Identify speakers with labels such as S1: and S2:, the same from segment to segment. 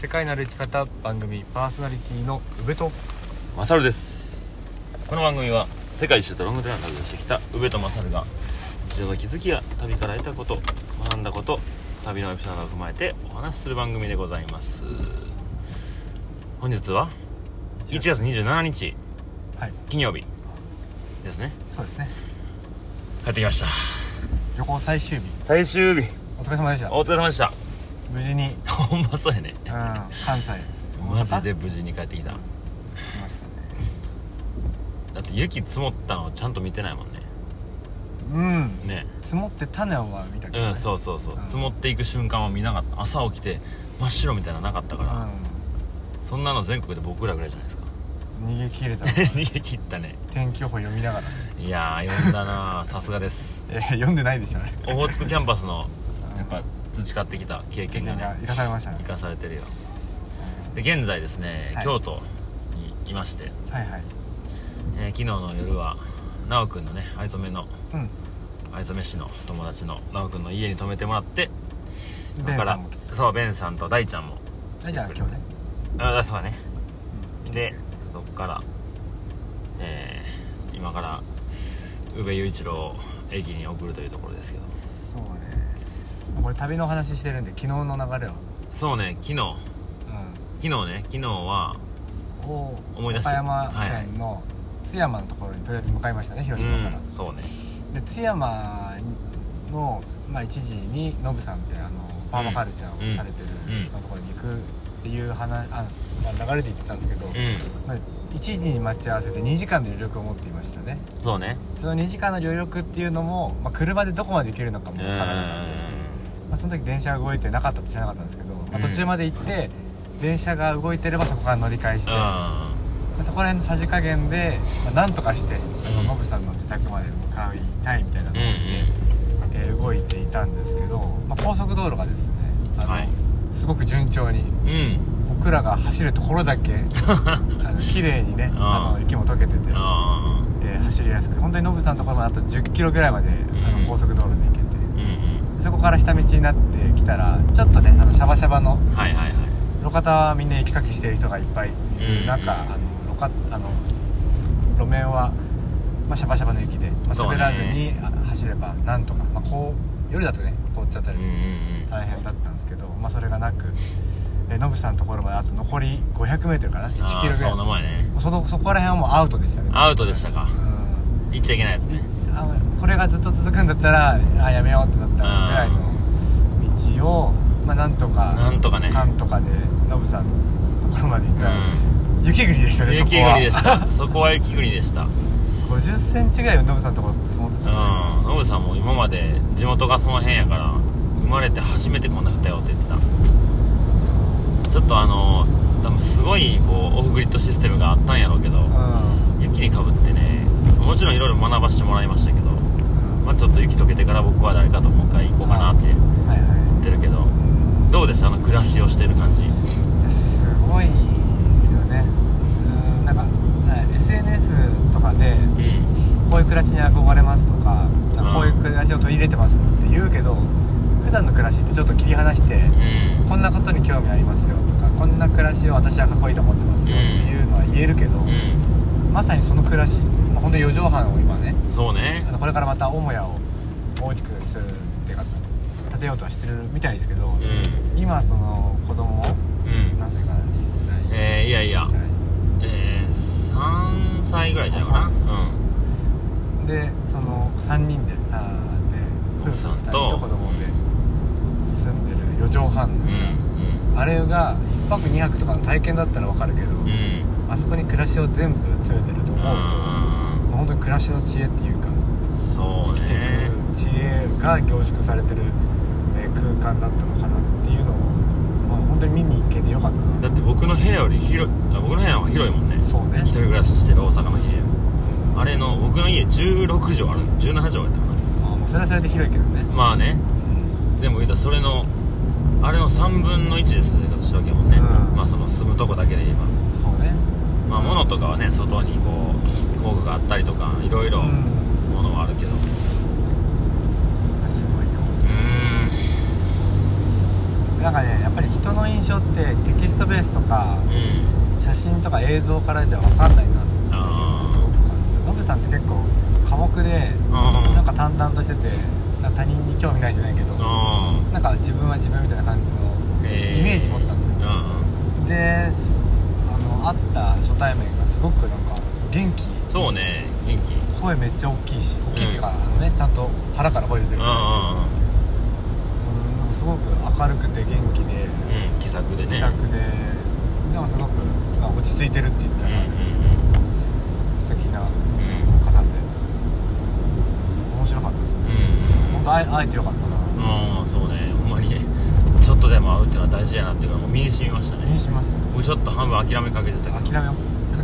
S1: 世界の歩き方番組パーソナリティの宇部と
S2: マサルですこの番組は世界一周とロングトラン旅をしてきた宇部とマサルが日常の気づきや旅から得たこと学んだこと旅のエピソードを踏まえてお話しする番組でございます本日は1月27日
S1: はい
S2: 金曜日ですね
S1: そうですね
S2: 帰ってきました
S1: 旅行最終日
S2: 最終日
S1: お疲れ様でした
S2: お疲れ様でした
S1: 無事に、
S2: ほんまそうやね
S1: うん、関西
S2: マジで
S1: 大阪
S2: 無事に帰ってきた
S1: 来ましたね
S2: だって雪積もったのをちゃんと見てないもんね
S1: うん
S2: ね
S1: 積もって種は見たけど、ね、
S2: うんそうそうそう、
S1: うん
S2: 積もっていく瞬間は見なかった朝起きて真っ白みたいなのなかったから、そんなの全国で僕らぐらいじゃな いですか
S1: うん、逃げ切 れた
S2: 逃げ切ったね
S1: 天気予報読みながら
S2: いやー読んだなー さすがです
S1: え読んでないでしょあれ
S2: オホーツクキャンパスの
S1: うん
S2: やっぱ培ってきた経験がね
S1: 生かされましたね
S2: 生かされてるよで現在ですね、
S1: はい
S2: 京都にいまして、
S1: はいはい
S2: えー昨日の夜は奈くんのね藍染めの
S1: うん
S2: 藍染め師の友達の奈くんの家に泊めてもらって
S1: ベ
S2: だ
S1: ン
S2: か
S1: さ
S2: ら
S1: んも来て
S2: そうベンさんと大ちゃんも
S1: はいじゃあ今日ね
S2: ああそうだね
S1: うん
S2: でそっからえー、今から宇部雄一郎を駅に送るというところですけど
S1: そうねこれ旅の話してるんで昨日の流れを、
S2: そうね昨日昨日ね昨日は
S1: うん、を
S2: 思い出して
S1: 岡山県の津山のところにとりあえず向かいましたね広島から、
S2: うん、そうね
S1: で津山の、まあ、一時にノブさんってあのパーマカルチャーをされてる、
S2: うんうん
S1: そのところに行くっていう話あ、まあ、流れで言ってたんですけど、
S2: う
S1: まあ、1時に待ち合わせて2時間の余力を持っていましたね
S2: んそうね
S1: その2時間の余力っていうのも、まあ、車でどこまで行けるのかもわからなかったし、まあ、その時電車が動いてなかったと知らなかったんですけど、まあ、
S2: うん
S1: 途中まで行って、電車が動いてればそこから乗り換えして、まあそこら辺のさじ加減で、まあ、なんとかしてあの
S2: うん
S1: ノブさんの自宅まで向かいたいみたいなの
S2: うんう
S1: で、
S2: ん
S1: えー動いていたんですけど、まあ、高速道路がですねあの、
S2: はい
S1: すごく順調に
S2: うんうん
S1: 僕らが走るところだ けあの綺麗にね
S2: うん
S1: あの雪も溶けてて、
S2: あ
S1: えー走りやすく本当にノブさんのところまであと1 0キロぐらいまで、あ
S2: うん
S1: の高速道路で行けて
S2: ーうん
S1: そこから下道になってきたらちょっとねあのシャバシャバの
S2: うんはいはいはい
S1: 路肩はみんな雪かきしてる人がいっぱいいる中、
S2: うん
S1: あの路肩あの路面は、まあ、シャバシャバの雪で、まあ、
S2: そう
S1: 滑
S2: ね
S1: らずにあ走ればなんとか、まあ、こう夜だとね凍っちゃった
S2: うん
S1: り
S2: う
S1: する、
S2: ん
S1: 大変だったんですけど、まあ、それがなくえノブさんのところまであと残り 500m かな
S2: うん
S1: 1キロぐら
S2: あーそう名
S1: い
S2: 前ね
S1: そのそこら辺はもうアウトでしたね
S2: アウトでしたか
S1: うん
S2: 行っちゃいけないやつね
S1: あこれがずっと続くんだったらあやめようってなったぐらいの道を、まあ、なんとか
S2: なんとかね
S1: かんとかでノブさんのところまで行ったら、
S2: う
S1: 雪国でした
S2: ん
S1: ね
S2: 雪
S1: そこは
S2: 国でしたそこは雪国でした
S1: 5 0センチぐらいノブさんのところ積もって
S2: うん
S1: た、
S2: ノブさんも今まで地元がその辺やから生まれて初めてこんな降ったよって言ってたちょっとあの多分すごいこうオフグリッドシステムがあったんやろうけど雪にかぶってねもちろんいろいろ学ばしてもらいましたけど、
S1: うん
S2: まあ、ちょっと雪解けてから僕は誰かともう一回行こうかなって言
S1: はいは
S2: ってるけどどうでしたあの暮らしをしてる感じ
S1: いいやすごいですよねうんなんかはい SNS とかで
S2: うん
S1: こういう暮らしに憧れますとかなんかこういう暮らしを取り入れてますって言うけど普段の暮らしってちょっと切り離して
S2: うん
S1: こんなことに興味ありますよとかこんな暮らしを私はかっこいいと思ってますよっていうのは言えるけど、
S2: う
S1: まさにその暮らし、まあ、本当に4畳半を今ね
S2: んそう
S1: あ
S2: ね
S1: のこれからまた母屋を大きくするっていうか建てようとはしてるみたいですけど
S2: う
S1: 今その子供
S2: んうん
S1: 何歳かな1歳
S2: えー、いやいや
S1: 1歳
S2: えー、3歳ぐらいじゃないかなうん
S1: でその3人であーで夫
S2: 奥
S1: 婦
S2: さ
S1: 2
S2: ん
S1: 人
S2: と
S1: と子供で住んでる4畳
S2: うん
S1: 半、あれが1泊2泊とかの体験だったらわかるけど、
S2: うんうん
S1: あそこに暮らしを全部詰めてると思うと、
S2: うん
S1: 本当に暮らしの知恵っていうか
S2: そう
S1: 生きてい
S2: ね
S1: く知恵が凝縮されてる、えー空間だったのかなっていうのを、まあ、本当に見に行けてよかったな
S2: だって僕の部屋より広いあ僕の部屋の方が広いもんね
S1: そうね
S2: 一人暮らししてる大阪の家あれの僕の家16畳ある17畳やったかな
S1: あもうそれはそれで広いけどね、
S2: まあねでも言うたらそれのあれの3分の1で生活してるわけやもんね、
S1: うん
S2: まあその住むとこだけで言えば
S1: そうね
S2: まあ物とかはね外にこう工具があったりとかいろいろ
S1: うん
S2: 物はあるけど
S1: すごいよ
S2: うん
S1: なんかねやっぱり人の印象っってテキストベースとか
S2: うん
S1: 写真とか映像からじゃ分かんないなってすご
S2: あ
S1: く感じたノブさんって結構寡黙で
S2: あ
S1: なんか淡々としててなんか他人に興味ないじゃないけど
S2: あ
S1: なんか自分は自分みたいな感じのイメージ持ってたんですよ
S2: うん
S1: ですあの会った初対面がすごくなんか元気
S2: そうね元気
S1: 声めっちゃ大きいし大きいっていうか、あのねちゃんと腹から声出て
S2: う
S1: る
S2: ん
S1: うんなんかすごく明るくて元気で
S2: うんうん気さくでね
S1: 気さくで、なんかすごくまあ落ち着いてるって言っ
S2: う
S1: た
S2: んうん
S1: らあれですけど、素敵な
S2: うん
S1: 方で面白かったですね、
S2: うん
S1: 本当会え会えてよかったな、
S2: うんそうねほんまにねちょっとでも会うっていうのは大事やなっていうのはもう身に染みました
S1: 気に
S2: ね
S1: しましたね
S2: 僕ちょっと半分諦めかけてたけ
S1: 諦めをか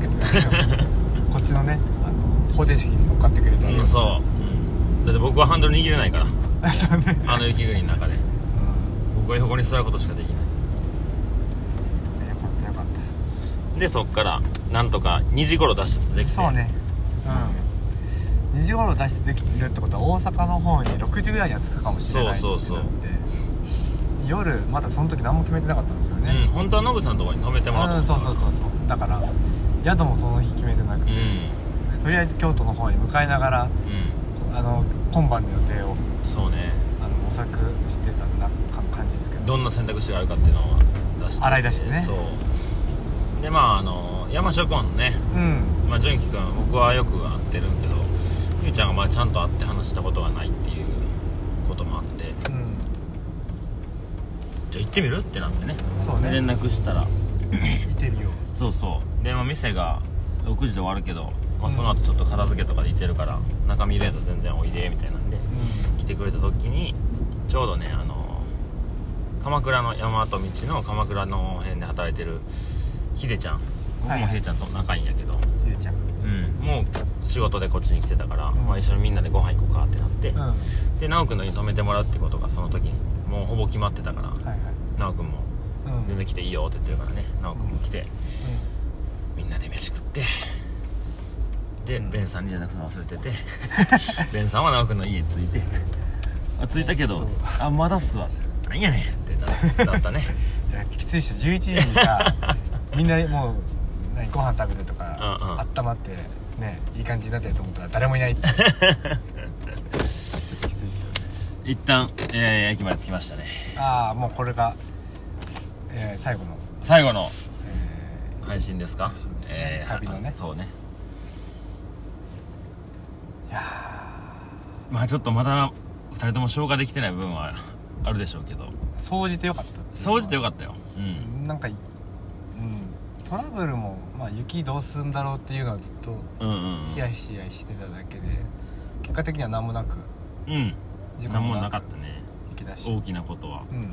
S1: けてくれ たこっちのねあの方程式に乗っかってくれた
S2: どうんそう、うん、だって僕はハンドル握れないから
S1: う そうね
S2: あの雪国の中で
S1: うん
S2: 僕は横に座ることしかできない
S1: よかったよかった
S2: でそっからなんとか2時頃脱出できて
S1: そうねうん2時頃脱出できるってことは大阪の方に6時ぐらいには着くかもしれない
S2: そうそうそう
S1: ってなって夜まだその時何も決めてなかったんですよ
S2: うん
S1: ね、
S2: 本当はノブさんのところに泊めて
S1: う
S2: もらお
S1: ん、
S2: うと
S1: そ
S2: 思
S1: う
S2: った
S1: そうそうそうだから宿もその日決めてなく
S2: う
S1: て、
S2: ん
S1: とりあえず京都の方に向かいながらあの今晩の予定を
S2: うんそうね
S1: あの模索してたなか感じですけど
S2: どんな選択肢があるかっていうのを出して
S1: 洗い出してね
S2: そうでまああの山職のね
S1: うん
S2: まあ、純喜君は僕はよく会ってるんけどゆうちゃんがまあちゃんと会って話したことがないっていうこともあって
S1: うん
S2: じゃあ行ってみるってなってね
S1: そう
S2: 連
S1: ね
S2: 絡したら
S1: 見てるよ
S2: そうそうで、まあ、店が6時で終わるけど、まあ、その後ちょっと片付けとかで行ってるから、中見れんと全然おいでみたいなんで
S1: う
S2: 来てくれた時にちょうどねあの鎌倉の大和道の鎌倉の辺で働いてるひでちゃん僕
S1: はい
S2: も
S1: はい
S2: ひでちゃんと仲いいんやけど、
S1: んゆうちゃん
S2: うん、もう仕事でこっちに来てたから、
S1: うん
S2: まあ、一緒にみんなでご飯行こうかってなって、
S1: うんは
S2: で奈く君の家に泊めてもらうってことがその時にもうほぼ決まってたから
S1: いはい
S2: 奈く君も
S1: う
S2: 全
S1: ん
S2: 然来ていいよって言ってるからね奈く君も来てみんなで飯食ってでベンさんに連絡するの忘れて てベンさんは奈く君の家に着いてあ着いたけど
S1: そう
S2: あまだっすわなんやねんってななったね
S1: いやきついっしょ11時に さみんなもう何ご飯食べてとか、
S2: うんうん
S1: あったまってねいい感じになってると思ったら誰もい ないちょっときついっすよね
S2: 一旦、えー、駅まで着きましたね
S1: ああもうこれが、えー最後の、
S2: 最後の
S1: え
S2: 配信ですか
S1: 配信ですね旅のね
S2: あそうね
S1: ーいや
S2: まあちょっとまだ2人とも消化できてない部分はあるでしょうけど
S1: ー掃除てよかった
S2: 掃除ってよか
S1: っ
S2: ったようん
S1: たなんかいうんトラブルも、まあ、雪どうすんだろうっていうのはずっと
S2: うんうん
S1: ヒヤヒヤしてただけで結果的には何もなく
S2: うん
S1: 時間
S2: 何
S1: も
S2: も
S1: な
S2: な
S1: く
S2: かったね
S1: 行き出し
S2: 大きなことは
S1: うん
S2: うん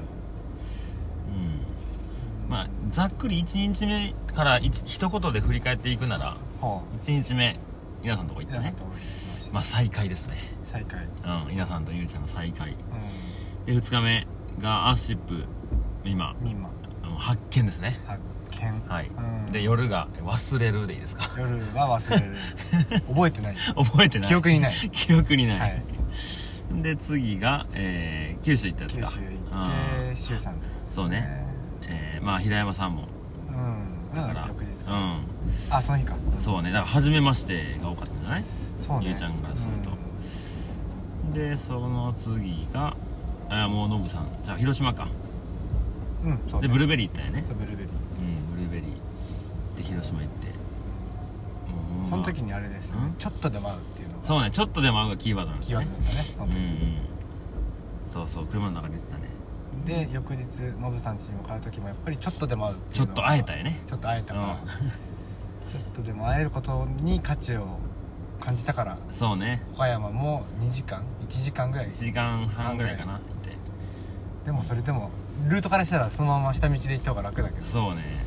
S2: まあざっくり1日目から一一言で振り返っていくなら
S1: ほう
S2: 1日目稲さんのとこ行った
S1: 皆さん
S2: ね
S1: とお会いしました
S2: まあ再会ですね
S1: 再開うん
S2: うん稲さんとゆうちゃんの再会で2日目がアーシップ今
S1: ミンマ
S2: あの発見ですね
S1: 発見
S2: はい
S1: うん
S2: で夜が忘れるでいいですか
S1: 夜は忘れる覚えてない
S2: 覚えてない
S1: 記憶にない
S2: 記憶にない、
S1: はい
S2: で次が、えー九州行ったやつ
S1: 九
S2: か
S1: 州行
S2: あ
S1: って周さんと
S2: ーそうね、えーまあ平山さんも
S1: うん
S2: だから
S1: 翌日
S2: う
S1: か
S2: ん
S1: あその日か
S2: そうねだから初めましてが多かったんじゃない
S1: そうね
S2: ゆうちゃんからするとでその次があーもうノブさんじゃあ広島か
S1: うんうんそう
S2: で
S1: ね
S2: ブルーベリー行ったよね
S1: そうブルーベリ
S2: うんブルーベリーで広島行ってもうほんま
S1: ーその時にあれですよね
S2: うん
S1: ちょっとでも会うっていうのが
S2: そうねちょっとでも会うがキーワードなんです
S1: キーワー
S2: ね
S1: ドだったねその
S2: うんう
S1: 時
S2: んそうそう車の中で言ってたね
S1: で翌日ノブさんちに向かう時もやっぱりちょっとでも会うて
S2: ち
S1: い
S2: ょ
S1: う
S2: っ
S1: のが
S2: と会えたよね
S1: ちょっと会えたから、
S2: うん
S1: ちょっとでも会えることに価値を感じたから
S2: そうね
S1: 岡山も2時間1時間ぐらい
S2: 1時間半ぐらいかなって
S1: でもそれでもルートからしたらそのまま下道で行った方が楽だけど
S2: そうね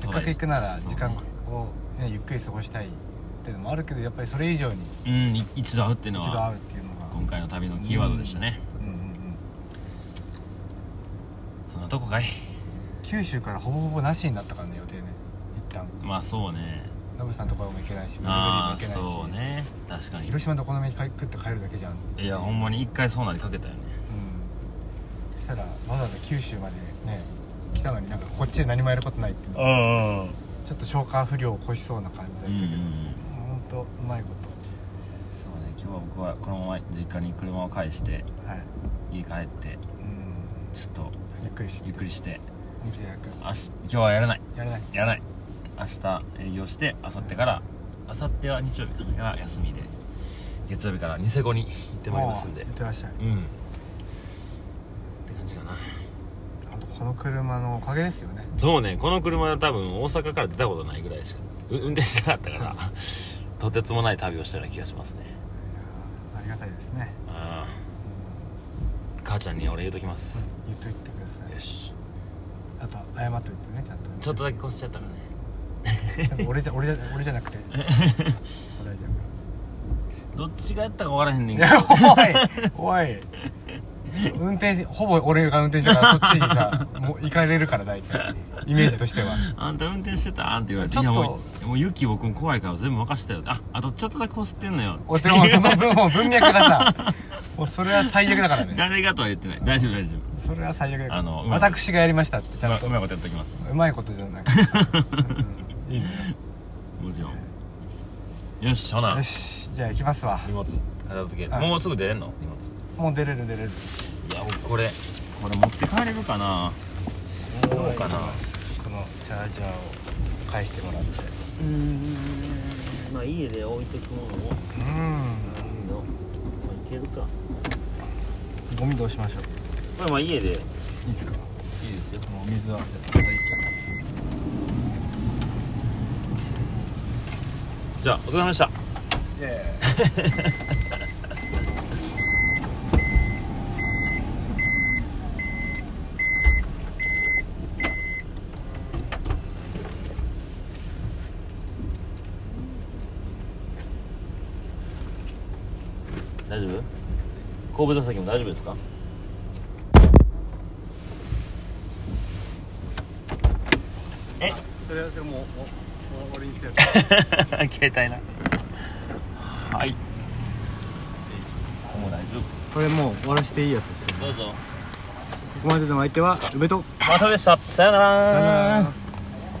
S1: せっかく行くなら
S2: そう
S1: 時間を、ね、ゆっくり過ごしたいっていうのもあるけどやっぱりそれ以上に
S2: うんい一度会うっていう
S1: 一
S2: の
S1: 度
S2: は
S1: 会うっていうのが
S2: 今回の旅のキーワードでしたね
S1: うんうんうん
S2: そんなとこかい
S1: 九州からほぼほぼなしになったからね予定ね一旦
S2: まあそうね
S1: ノブさんのところも行けないしブルー
S2: あ
S1: ベ
S2: あ
S1: リーも行
S2: そう
S1: けないし
S2: ね確かに
S1: 広島のお好み焼き食って帰るだけじゃん
S2: いやほんまに一回そうなりかけたよね
S1: うんそしたらわざわざ九州までね来たのになんかこっちで何もやることないっていうのは
S2: あ
S1: ちょっと消化不良を起こしそうな感じだった
S2: うんう
S1: け
S2: ん
S1: ど、
S2: う
S1: ほ
S2: ん
S1: んとうまいこ
S2: そうね今日は僕はこのまま実家に車を返して
S1: とはい
S2: 家帰って
S1: うん
S2: ちょっと
S1: ゆっくりして
S2: ゆっくりして
S1: お店役
S2: 明日今日はやらない
S1: やらない
S2: やらない明日営業して明後日から明後日は日曜日から休みで月曜日からニセコに行ってまいりますんで
S1: 行ってらっしゃい
S2: うんって感じかな
S1: あとこの車のおかげですよね
S2: そうねこの車は多分大阪から出たことないぐらいしかう運転してなかったからとてつもない旅をしたような気がしますね
S1: いやーありがたいですね、
S2: あ
S1: う
S2: あ
S1: ん
S2: 母ちゃんに俺言うときます、
S1: 言っといてくださ
S2: よ
S1: い
S2: し
S1: あと謝っといてねちゃんと
S2: ちょっとだけ越しちゃったからね
S1: なんか俺じゃ俺じゃ俺じゃ なくてお大丈
S2: どっちがやったか分からへんねんけど
S1: 夫おいおい運転しほぼ俺が運転してたからそっちにさもう行かれるから大体イメージとしては
S2: あんた運転してたんって言われて
S1: ちょっと
S2: いやもうもうユキ僕も怖いから全部任せたよああとちょっとだけこすってんのよ
S1: お手もその分もう文脈がさもうそれは最悪だから ね
S2: 誰がとは言ってない大丈夫大丈夫
S1: それは最悪だから
S2: あのうまい
S1: 私がやりましたってち
S2: じゃ
S1: ゃ
S2: あ
S1: んと
S2: うまいことやっときます
S1: うまいことじゃなくてさ、うんいいね
S2: もちろんよしほな
S1: よしじゃあ行きますわ
S2: 荷物片付ける
S1: はい
S2: もうすぐ出れんの荷物
S1: もう出れる出れる
S2: いや僕これこれ持って帰れるかなどうかな
S1: このチャージャーを返してもらって
S2: うーんまあ家で置いとくものも
S1: うん
S2: まあいけるか
S1: ゴミどうしましょう
S2: まあまあ家でいいで
S1: いいですか
S2: すよ
S1: このお水はじゃあいただいて
S2: じゃあお疲れ様でした
S1: イエ
S2: 大丈夫後部座席も大丈夫ですかえ
S1: ーそれはそれもう俺にしてやる
S2: 携帯なはいもう大丈
S1: これもう終わらせていいやつですよ
S2: 夫どうぞ
S1: ここまでのお相手は宇部と
S2: またでしたさよな
S1: さよな
S2: ら
S1: ら